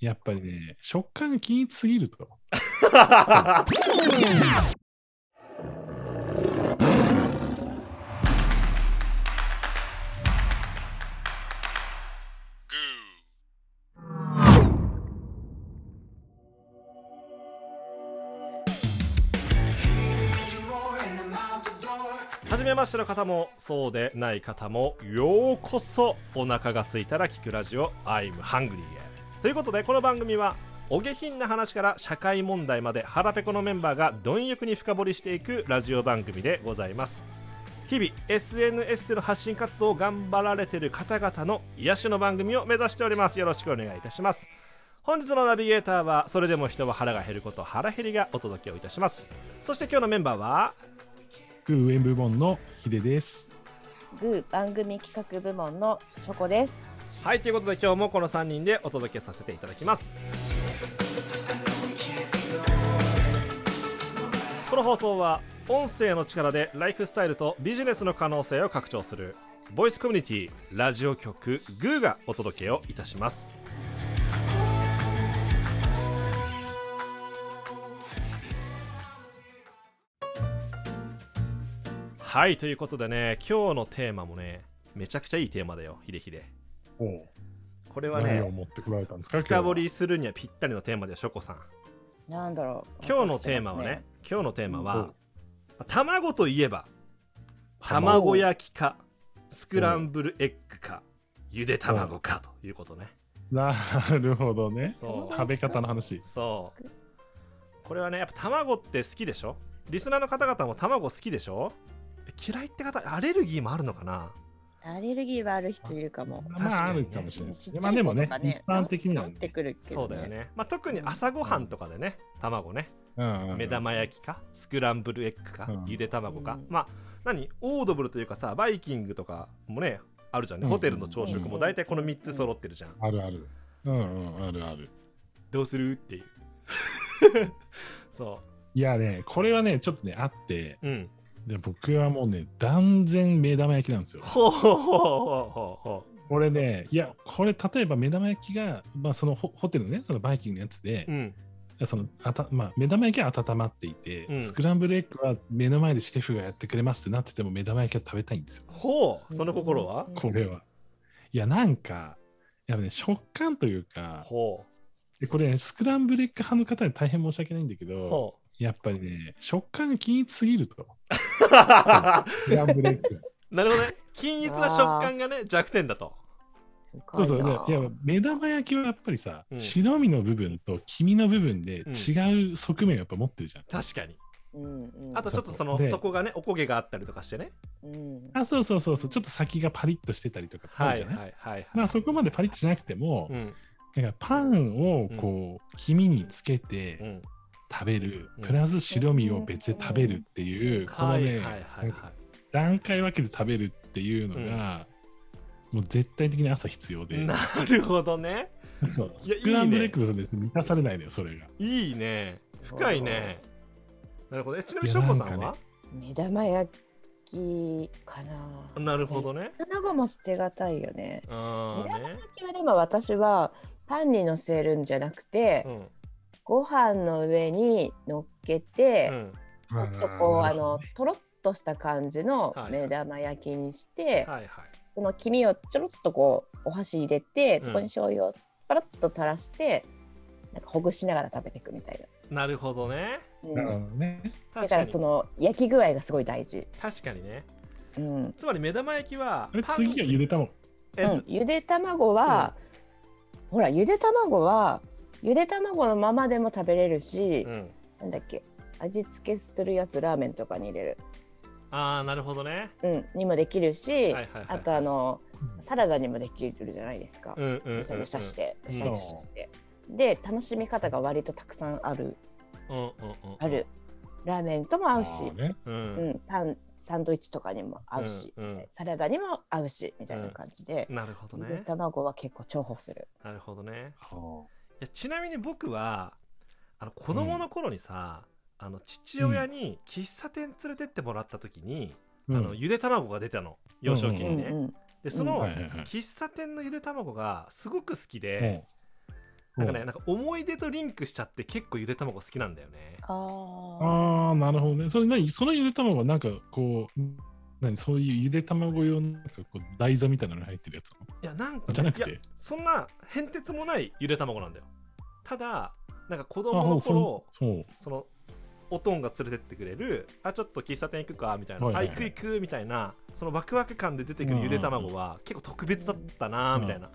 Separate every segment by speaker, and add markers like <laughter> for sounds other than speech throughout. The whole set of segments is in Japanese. Speaker 1: やっぱりね、食感が均一すぎると。
Speaker 2: 初めましての方もそうでない方もようこそお腹が空いたら聞くラジオ I'm hungry へということでこの番組はお下品な話から社会問題まで腹ペコのメンバーが貪欲に深掘りしていくラジオ番組でございます日々 SNS での発信活動を頑張られている方々の癒しの番組を目指しておりますよろしくお願いいたします本日のナビゲーターはそれでも人は腹が減ること腹減りがお届けをいたしますそして今日のメンバーは
Speaker 1: グーウェン部門のヒデです。
Speaker 3: グー番組企画部門のショコです。
Speaker 2: はいということで今日もこの3人でお届けさせていただきますこの放送は音声の力でライフスタイルとビジネスの可能性を拡張するボイスコミュニティラジオ局グーがお届けをいたしますはいということでね今日のテーマもねめちゃくちゃいいテーマだよひでひで
Speaker 1: おう
Speaker 2: これは
Speaker 1: 何を
Speaker 2: ね
Speaker 1: 持ってこられたんですか
Speaker 2: 深掘
Speaker 1: 今
Speaker 2: りするにはぴったりのテーマでしょこさん
Speaker 3: なんだろう。
Speaker 2: 今日のテーマはね今日のテーマ
Speaker 1: う
Speaker 2: は
Speaker 1: ん
Speaker 2: 卵といえば
Speaker 1: 卵
Speaker 2: 卵焼きかスクランブルエッグかゆで卵かということね
Speaker 1: 日は。なるほどね。
Speaker 2: そ
Speaker 3: 卵
Speaker 2: う
Speaker 1: 食べ方の話。
Speaker 2: そうこれはねやっぱ卵って好きでしょリスナーの方々も卵好きでしょ嫌いって方アレルギーもあるのかな
Speaker 3: アレルギーはある人いるかも。
Speaker 2: 確
Speaker 1: まあ、
Speaker 2: か
Speaker 1: あ
Speaker 2: にね
Speaker 1: るかもしれないです
Speaker 3: ち
Speaker 1: ね。
Speaker 3: っち
Speaker 1: ま
Speaker 3: ゃ
Speaker 1: あ、
Speaker 3: い
Speaker 1: で
Speaker 3: 子
Speaker 1: も
Speaker 3: と
Speaker 1: ね
Speaker 3: か、
Speaker 1: 一
Speaker 3: ね、
Speaker 1: 般的には
Speaker 3: 治
Speaker 1: ね、
Speaker 3: ってくるけ
Speaker 2: そ
Speaker 3: ど、
Speaker 2: うだよ
Speaker 3: ね。
Speaker 2: ね、まあ、特に朝ごはんとかでね卵ね
Speaker 1: うんうん
Speaker 2: 目玉焼きかスクランブルエッグか、
Speaker 1: うん
Speaker 2: ゆで卵か、
Speaker 3: うん
Speaker 2: まあ何オードブルというかさバイキングとかもねあるじゃんね、
Speaker 1: うん
Speaker 2: ホテルの朝食
Speaker 1: う
Speaker 2: も
Speaker 3: ん
Speaker 2: 大体この3つ揃ってるじゃん、
Speaker 1: あるある。うんうん、あるある。
Speaker 2: どうするっていうそ
Speaker 1: いやね、これはね、ちょっとね、あって、
Speaker 2: ううん
Speaker 1: で僕はもうね、断然目玉焼きなんですよ。
Speaker 2: ほうほうほうほうほうほ
Speaker 1: これね、いや、これ例えば目玉焼きが、まあ、そのホホテルのね、そのバイキングのやつで
Speaker 2: う、うん
Speaker 1: そのあたまあ、目玉焼きは温まっていて、
Speaker 2: うん
Speaker 1: スクランブルエッグは目の前でシェフがやってくれますってなってても目玉焼きは食べたいんですよ、
Speaker 2: ほうその心は、
Speaker 3: うん
Speaker 1: これは。いや、なんか、やっぱね、食感というか、
Speaker 2: ほ
Speaker 1: でこれ、ね、スクランブルエッグ派の方に大変申し訳ないんだけ
Speaker 2: う
Speaker 1: ど、
Speaker 2: ほ
Speaker 1: やっぱりね、食感が均一すぎると、
Speaker 2: う <laughs> な
Speaker 1: スクランブルエッグ。
Speaker 2: るほどね均一な食感がね弱点だと
Speaker 3: 深い
Speaker 1: そ
Speaker 3: な
Speaker 1: うそう、ね、いや、目玉焼きはやっぱりさ、
Speaker 2: うん
Speaker 1: 白身の部分と黄身の部分で違う側面をやっぱ持ってるじゃん。
Speaker 2: 確かに
Speaker 3: うんうん、
Speaker 2: あとちょっとその
Speaker 1: で
Speaker 2: 底がねおこげがあったりとかしてね
Speaker 3: うん、
Speaker 1: あ、そうそうそうそう、ちょっと先がパリッとしてたりとかってあ
Speaker 2: は
Speaker 1: る
Speaker 2: い
Speaker 1: じゃ
Speaker 2: は
Speaker 1: ない
Speaker 2: いはいはい、
Speaker 1: まあそこまでパリッとしなくても、
Speaker 2: うん
Speaker 1: なんかパンをこう黄身につけ
Speaker 2: う
Speaker 1: て
Speaker 2: ん
Speaker 1: 食べる、
Speaker 2: うん
Speaker 1: プラス白身を別で食べるっていう、この
Speaker 2: はい
Speaker 1: ね、
Speaker 2: はいはいはい
Speaker 1: 段階分けで食べるっていうのが、もう絶対的に朝必要で、
Speaker 2: なるほどね。
Speaker 1: そう
Speaker 2: いや
Speaker 1: スクランブルエ
Speaker 2: いいね
Speaker 1: ッグと別に満たされないのよそれが。
Speaker 2: いいね。深いね。なるほど。えちなみに
Speaker 1: い
Speaker 2: し
Speaker 1: や
Speaker 2: ょこさん
Speaker 1: なん
Speaker 2: は
Speaker 1: か
Speaker 3: 目玉焼きかな。
Speaker 2: なるほどね。
Speaker 3: 卵も捨てがたいよね。
Speaker 2: ああね。
Speaker 3: 目玉焼きはでも私はパンに乗せるんじゃなくて、
Speaker 2: うん。
Speaker 3: ご飯の上に乗っけて、
Speaker 2: うん。
Speaker 3: ちょっとこうあのとろっとした感じの
Speaker 2: はい
Speaker 3: 目玉焼きにして、
Speaker 2: はいはい。
Speaker 3: その黄身をちょろっとこうお箸入れて
Speaker 2: ん
Speaker 3: そこに醤油をパラッと垂らして、なんかほぐしながら食べていくみたい
Speaker 2: なるほどね。
Speaker 3: な、うん
Speaker 1: なるほどね。
Speaker 3: だ
Speaker 2: 確
Speaker 3: か
Speaker 2: からに
Speaker 3: その焼き具合がすごい大事、
Speaker 2: 確かにね。
Speaker 3: うん
Speaker 2: つまり目玉焼きは
Speaker 1: あれ
Speaker 2: パン
Speaker 1: 次はゆで卵。
Speaker 2: え
Speaker 3: うんゆで卵は、ほらゆで卵はゆで卵のままでも食べれるし、
Speaker 2: うん。
Speaker 3: なんだっけ味付けするやつラーメンとかに入れる、
Speaker 2: ああなるほどね。
Speaker 3: うん、にもできるし、
Speaker 2: はいはいはい。
Speaker 3: あとあのサラダにもできるじゃないですか。
Speaker 2: うんうんうんうん。
Speaker 3: ぐしゃぐしゃして
Speaker 2: うん
Speaker 3: ぐしゃぐしゃしてで楽しみ方が割とたくさんある
Speaker 2: うんうん
Speaker 3: あるラーメンとも合うし、
Speaker 1: あーね
Speaker 2: うん。う。
Speaker 3: うんん、パンサンドイッチとかにも合うし、
Speaker 2: うんうん
Speaker 3: サラダにも合うしみたいな感じで、
Speaker 2: なるほど
Speaker 3: ゆで
Speaker 2: ね。
Speaker 3: 卵は結構重宝する。
Speaker 2: なるほどね。
Speaker 1: はい
Speaker 2: やちなみに僕はあの子供の頃にさ、あの父親に喫茶店連れてってもらった時に、
Speaker 1: あ
Speaker 2: あのゆで卵が出たの幼少期
Speaker 3: う
Speaker 2: に
Speaker 3: ん
Speaker 2: ね、
Speaker 3: うん
Speaker 2: でその
Speaker 1: はいはいはい
Speaker 2: 喫茶店のゆで卵がすごく好き
Speaker 1: うん
Speaker 2: で、なんかね、なんか思い出とリンクしちゃって結構ゆで卵好きなんだよね。
Speaker 3: ああ。
Speaker 1: ああ、なるほどね。それ何そのゆで卵はなんかこう、何そういうゆで卵用のなんかこう台座みたいなのに入ってるやつなの
Speaker 2: いや、なんか、
Speaker 1: あじゃなく
Speaker 2: いや
Speaker 1: て。
Speaker 2: そんな変哲もないゆで卵なんだよ。ただ、なんか子
Speaker 1: あ
Speaker 2: 供の頃、
Speaker 1: そう。
Speaker 2: その、おとんが連れてってくれる、あ、ちょっと喫茶店行くか、みたいな、
Speaker 1: はいはい
Speaker 2: あ、
Speaker 1: はい
Speaker 2: 行く行く、みたいな、そのワクワク感で出てくるゆで卵は結構特別だったな、
Speaker 1: うん
Speaker 2: みたいな。
Speaker 3: ね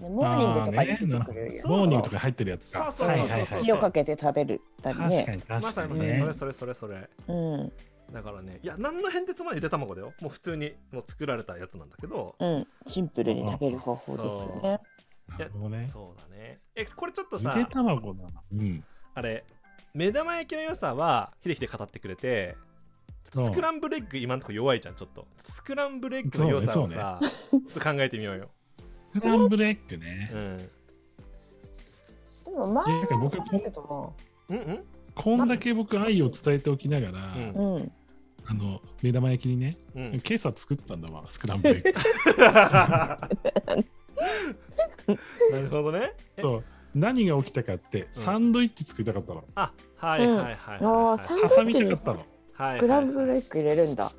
Speaker 3: モーニングとかに出てくる
Speaker 2: あーね
Speaker 3: やつ。
Speaker 1: モーニングとかに入ってるやつ
Speaker 2: そう
Speaker 1: か。
Speaker 2: そう
Speaker 1: はい
Speaker 2: そう
Speaker 1: はい
Speaker 2: そ
Speaker 1: はい
Speaker 2: うそう
Speaker 3: 火をかけて食べるたり
Speaker 1: 確か
Speaker 3: ね。
Speaker 1: に確
Speaker 2: まさ
Speaker 1: か
Speaker 2: に
Speaker 1: に
Speaker 2: まさに、
Speaker 1: ね
Speaker 2: それ。それそれそれ。
Speaker 3: うん。
Speaker 2: だからね、いや、何の変哲もないゆで卵だよ。もう普通にもう作られたやつなんだけど、
Speaker 3: うん。シンプルに食べる方法ですよね。
Speaker 1: なるほどね。
Speaker 2: そうだね。え、これちょっと
Speaker 1: ゆ
Speaker 2: さ、
Speaker 1: で卵だな。うん。
Speaker 2: あれ、目玉焼きの良さは、秀樹で語ってくれて、ちょっとスクランブルエッグ、今のとこ弱いじゃん、ちょっと。ちょっとスクランブルエッグの良さをさ、ちょっと考えてみようよ。
Speaker 1: スクランブルエッグね
Speaker 2: う。ん。
Speaker 3: でも前
Speaker 1: いやだから
Speaker 3: は
Speaker 1: 僕
Speaker 3: 食べてたな。
Speaker 2: うんうん
Speaker 1: こんだけ僕愛を伝えておきながら、
Speaker 2: うん
Speaker 3: うん。
Speaker 1: あの、目玉焼きにね、
Speaker 2: うん。
Speaker 1: 今朝作ったんだわ、スクランブルエッ
Speaker 2: <laughs>
Speaker 1: グ。
Speaker 2: なるほどね。え
Speaker 1: そう何が起きたかって、サンドイッチ作りたかったの。
Speaker 2: あ、はいはいはいはいはい。
Speaker 3: うんあーサンドイッチ
Speaker 1: 挟みたかったの。
Speaker 2: はいはいはい
Speaker 3: スクランブルエッグ入れるんだ。
Speaker 2: 確か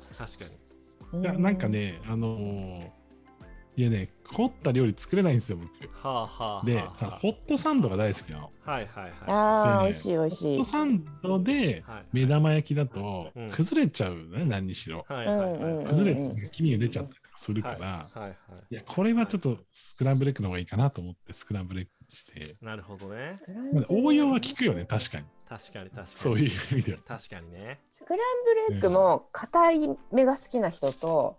Speaker 2: に。
Speaker 3: う
Speaker 1: いや、なんか。ね、あのーいやね、凝った料理作れないんですよ、僕。
Speaker 2: はあはあはあ。
Speaker 1: で、あの
Speaker 2: は
Speaker 1: ホットサンドが大好きなの。
Speaker 2: あはいはいは
Speaker 3: ああ、
Speaker 1: でね
Speaker 3: 美味しい美味
Speaker 1: ホ
Speaker 3: し
Speaker 1: ッ
Speaker 3: い
Speaker 1: ト。サンドで
Speaker 2: い。はい。
Speaker 1: 目玉焼きだと
Speaker 2: うん
Speaker 1: 崩れちゃうね、何にしろ。
Speaker 2: はいはいはい。
Speaker 3: うんうんうん
Speaker 1: 崩れて、黄身が出ちゃったりとかするか
Speaker 2: はい
Speaker 1: ら、
Speaker 2: はいはい
Speaker 1: や、これはちょっとスクランブルエッグの方がいいかなと思って、スクランブルエッグにして。
Speaker 2: い。なるほどね。
Speaker 1: まあ応用は効くよね、確かに。
Speaker 2: 確かに確かに。
Speaker 1: そういう意味では。
Speaker 2: 確かにね。
Speaker 3: スクランブルエッグも硬い目が好きな人と、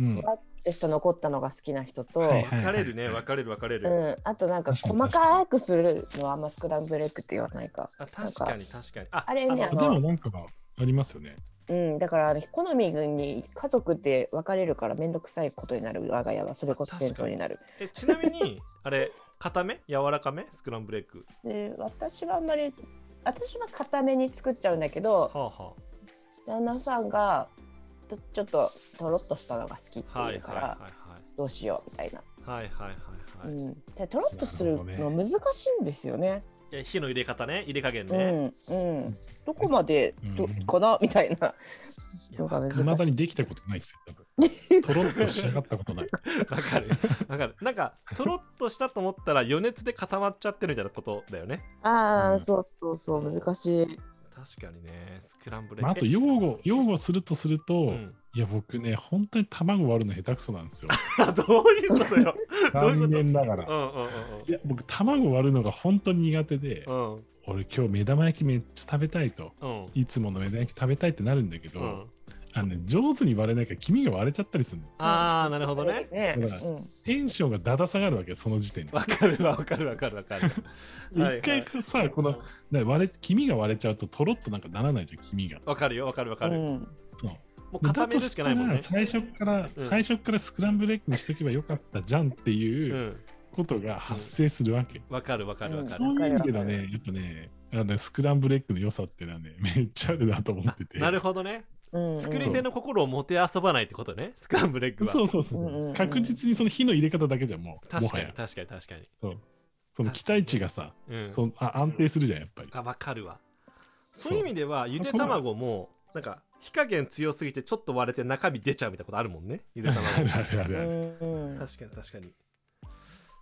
Speaker 1: うん。
Speaker 3: わってした残ったのが好きな人と、
Speaker 1: はい
Speaker 2: 分かれるね、分かれる分かれ
Speaker 3: う
Speaker 2: る。
Speaker 3: ん、あとなんか細かくするのはあんまスクランブルエッグって言わないか。
Speaker 2: あ確かに確かに。あ
Speaker 3: あれね
Speaker 1: で
Speaker 3: あの
Speaker 1: もなんかありますよね。
Speaker 3: うん、だからあの好みに家族で別れるから面倒くさいことになる我が家はそれこそ戦争になる。
Speaker 2: えちなみに、あれ、固め柔らかめスクランブルエッグ。
Speaker 3: で私はあんまり私は固めに作っちゃうんだけど
Speaker 2: はあは
Speaker 3: 旦那さんがちょちょっととろっとしたのが好きって
Speaker 2: あ。はい
Speaker 3: いう
Speaker 2: は
Speaker 3: か
Speaker 2: い
Speaker 3: ら、
Speaker 2: はい
Speaker 3: どうしようみたいな。
Speaker 2: はい。はいはいは
Speaker 3: う
Speaker 2: いはい。
Speaker 3: ん、でとろっとするの難しいんですよね。
Speaker 2: いや火の入れ方ね、入れ加減ね。
Speaker 3: うんうん、どこまで
Speaker 1: う
Speaker 3: ど、
Speaker 1: ん
Speaker 3: かなみたいなのが
Speaker 1: いま
Speaker 3: 難
Speaker 1: だ
Speaker 3: しい。
Speaker 1: にできたことないですよ、多分。とろっと仕上がったことない。
Speaker 2: わかる。わかる。なんか、とろっとしたと思ったら余熱で固まっちゃってるみたいなことだよね。
Speaker 3: ああ、
Speaker 1: うん
Speaker 3: そうそうそう難しい。
Speaker 2: 確かにね、スクランブルエッ
Speaker 1: まあ、
Speaker 2: グ。 <laughs>
Speaker 1: あと、擁護、擁護するとすると、
Speaker 2: うん。
Speaker 1: いや、僕ね、本当に卵割るの下手くそなんですよ。
Speaker 2: あどういうことよ。 <laughs> どういうこと
Speaker 1: 残念なが
Speaker 2: う
Speaker 1: ら。
Speaker 2: んうん
Speaker 1: いや、僕、卵割るのが本当に苦手で、
Speaker 2: うんうん。
Speaker 1: 俺、今日目玉焼きめっちゃ食べたいと。
Speaker 2: うん。うん。
Speaker 1: いつもの目玉焼き食べたいってなるんだけど、
Speaker 2: うん、
Speaker 1: あのね、上手に割れないから黄身が割れちゃったりするの。
Speaker 2: ああ、なるほどね。
Speaker 3: ね
Speaker 1: だからテンションがだだ下がるわけよ、その時点で。
Speaker 2: わかるわわかるわかるわかる。はいはい
Speaker 1: 一回さ、この、ね割れ、黄身が割れちゃうと、とろっとなんかならないじゃん、黄身が。
Speaker 2: わかるよわかるわか
Speaker 3: う
Speaker 2: る。
Speaker 3: ん。
Speaker 2: もう固めるしかないもんね
Speaker 1: だと。したら最初から、最初からスクランブルエッグにしとけばよかったじゃんって
Speaker 2: う。
Speaker 1: いうんことが発生するわけ。
Speaker 2: わかるわかるわか
Speaker 3: う
Speaker 2: る
Speaker 3: ん。
Speaker 1: そういう意味ではね、やっぱね、あのスクランブルエッグの良さっていうのはね、 <laughs> めっちゃあるなと思ってて。
Speaker 2: なるほどね。
Speaker 3: うん
Speaker 2: 作り手の心をもてあそばないってことね。スクランブルエッグは。
Speaker 1: そうそうそうそう、
Speaker 3: うんうんうん
Speaker 1: 確実にその火の入れ方だけじゃもう、
Speaker 2: 確
Speaker 1: も
Speaker 2: か
Speaker 1: は
Speaker 2: に
Speaker 1: や。
Speaker 2: 確かに確かに。
Speaker 1: そう。その期待値がさ、
Speaker 2: うん。
Speaker 1: そのあ安定するじゃん、やっぱり。
Speaker 2: あわかるわ。
Speaker 1: そう
Speaker 2: そういう意味ではゆで卵もなんか火加減強すぎてちょっと割れて中身出ちゃうみたいなことあるもんね。ゆ
Speaker 1: <laughs>
Speaker 2: で卵。
Speaker 1: あるあるあ
Speaker 3: う
Speaker 1: るある。
Speaker 3: ん。
Speaker 2: 確かに確かに。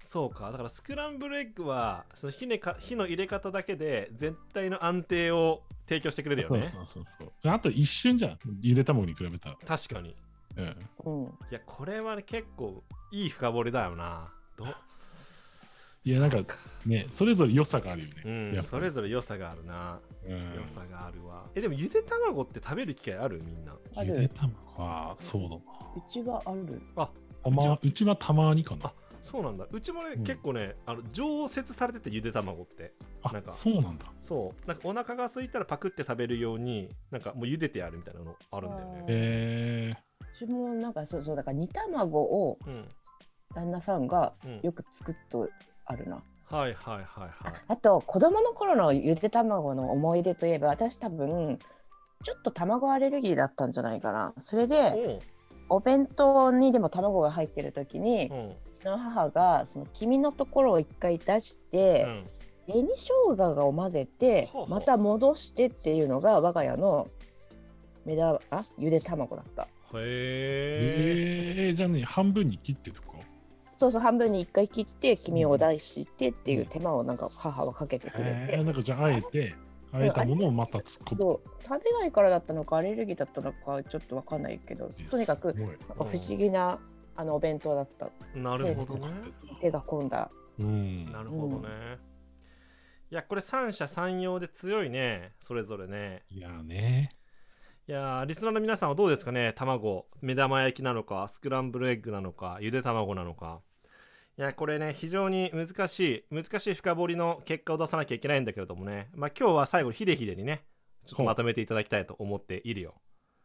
Speaker 2: そうかだからスクランブルエッグはその火,、ね、か火の入れ方だけで全体の安定を提供してくれるよ
Speaker 1: そ
Speaker 2: ね
Speaker 1: うそうそうそう。あと一瞬じゃん、ゆで卵に比べたら。
Speaker 2: 確かに
Speaker 1: うん。
Speaker 3: うん。
Speaker 2: いやこれはね結構いい深掘りだよなど
Speaker 1: いや、なんかね、それぞれ良さがあるよ
Speaker 2: う
Speaker 1: ね。や
Speaker 2: ん
Speaker 1: っぱり
Speaker 2: それぞれ良さがあるな、
Speaker 1: うん
Speaker 2: 良さがあるわえでもゆで卵って食べる機会あるみんな
Speaker 3: あ
Speaker 1: ゆで
Speaker 3: る。
Speaker 1: 卵は、そうだな。
Speaker 3: うちはある。
Speaker 1: たま、うちはたまにかな。
Speaker 2: そうなんだうちもね、
Speaker 1: うん
Speaker 2: 結構ねあの常設されててゆで卵って
Speaker 1: あ
Speaker 2: なんか
Speaker 1: そうなんだ。
Speaker 2: そうなんかお腹が空いたらパクって食べるようになんかもうゆでてあるみたいなのあるんだよね
Speaker 1: え
Speaker 3: うちもなんかそうそうだから煮卵を
Speaker 2: うん
Speaker 3: 旦那さんが
Speaker 2: うん
Speaker 3: よく作っとあるな。
Speaker 2: はいはいはいはい
Speaker 3: あと子供の頃のゆで卵の思い出といえば私多分ちょっと卵アレルギーだったんじゃないかな。それで
Speaker 2: おう
Speaker 3: お弁当にでも卵が入ってる時に
Speaker 2: うん
Speaker 3: ちの母がその黄身のところを一回出し
Speaker 2: う
Speaker 3: て、
Speaker 2: ん、
Speaker 3: 紅生姜を混ぜて
Speaker 2: ほうほう
Speaker 3: また戻してっていうのが我が家の目玉あゆで卵だった
Speaker 2: へえ
Speaker 1: えー、じゃあね、半分に切ってとか。
Speaker 3: そうそう半分に一回切って黄身を出してっていう手間をなんか母はかけてくれて、
Speaker 1: えー、なんかじゃあ、あえて、あえたものをまた突っ込む。
Speaker 3: そう食べないからだったのかアレルギーだったのかちょっとわかんないけどとにかく
Speaker 1: すごい
Speaker 3: なんか不思議なあのお弁当だった
Speaker 2: なるほどね
Speaker 3: 手が込んだ
Speaker 1: うん。
Speaker 2: なるほどね、いやこれ三者三様で強いねそれぞれね
Speaker 1: いやーね。
Speaker 2: いやーリスナーの皆さんはどうですかね卵目玉焼きなのかスクランブルエッグなのかゆで卵なのかいやこれね非常に難しい難しい深掘りの結果を出さなきゃいけないんだけれどもねまあ今日は最後ヒデヒデにねちょっとまとめていただきたいと思っているよ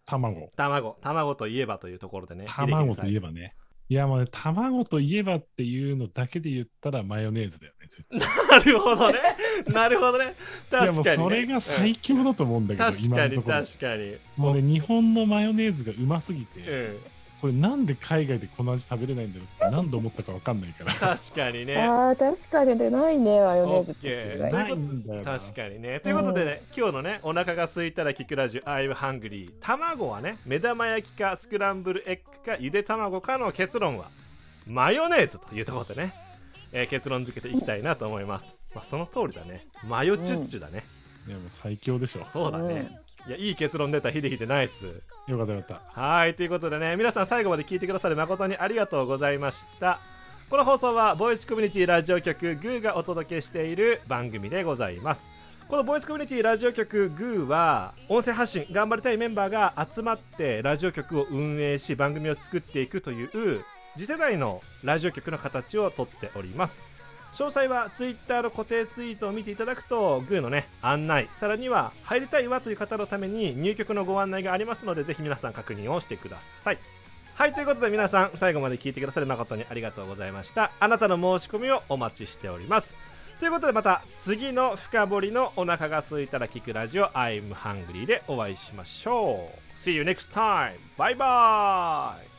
Speaker 1: 卵。
Speaker 2: 卵卵といえばというところでね
Speaker 1: 卵といえ
Speaker 2: ば
Speaker 1: ばね。いやもうね、卵といえばっていうのだけで言ったらマヨネーズだよね。絶対
Speaker 2: なるほどねなるほどね
Speaker 1: いやも
Speaker 2: 確
Speaker 1: う
Speaker 2: かに、ね、
Speaker 1: それが最強だと思うんだけど、
Speaker 2: 確
Speaker 1: 今
Speaker 2: か
Speaker 1: のと
Speaker 2: に
Speaker 1: ころ。
Speaker 2: 確かに
Speaker 1: もうね、日本のマヨネーズがうますぎて、
Speaker 2: うん
Speaker 1: これなんで海外でこの味食べれないんだろうって何度思ったかわかんないから。
Speaker 2: 確かにね
Speaker 3: あー確かに出ないねマヨネーズ
Speaker 2: オッケー
Speaker 3: って
Speaker 2: という
Speaker 1: な
Speaker 2: こ
Speaker 1: い
Speaker 2: と
Speaker 1: んだよな
Speaker 2: 確かにね。ということでね、今日のね、お腹が空いたら聞くラジオ、I'm hungry。卵はね、目玉焼きかスクランブルエッグかゆで卵かの結論は、マヨネーズというところでね、えー結論付けていきたいなと思います。まあ、その通りだね。マヨチュッチュだね。
Speaker 1: いやもう最強でしょ。
Speaker 2: そうだね。いや、いい結論出た、ひでひでナイス。
Speaker 1: よかったよかった。
Speaker 2: はい、ということでね、皆さん最後まで聞いてくださり誠にありがとうございました。この放送は、ボイスコミュニティラジオ局グーがお届けしている番組でございます。このボイスコミュニティラジオ局グーは、音声発信頑張りたいメンバーが集まってラジオ局を運営し、番組を作っていくという、次世代のラジオ局の形をとっております。詳細は Twitter の固定ツイートを見ていただくとグーのね案内さらには入りたいわという方のために入局のご案内がありますのでぜひ皆さん確認をしてくださいはいということで皆さん最後まで聞いてくださり誠にありがとうございましたあなたの申し込みをお待ちしておりますということでまた次の深掘りのお腹が空いたら聞くラジオ I'm hungry でお会いしましょう See you next time! バイバイ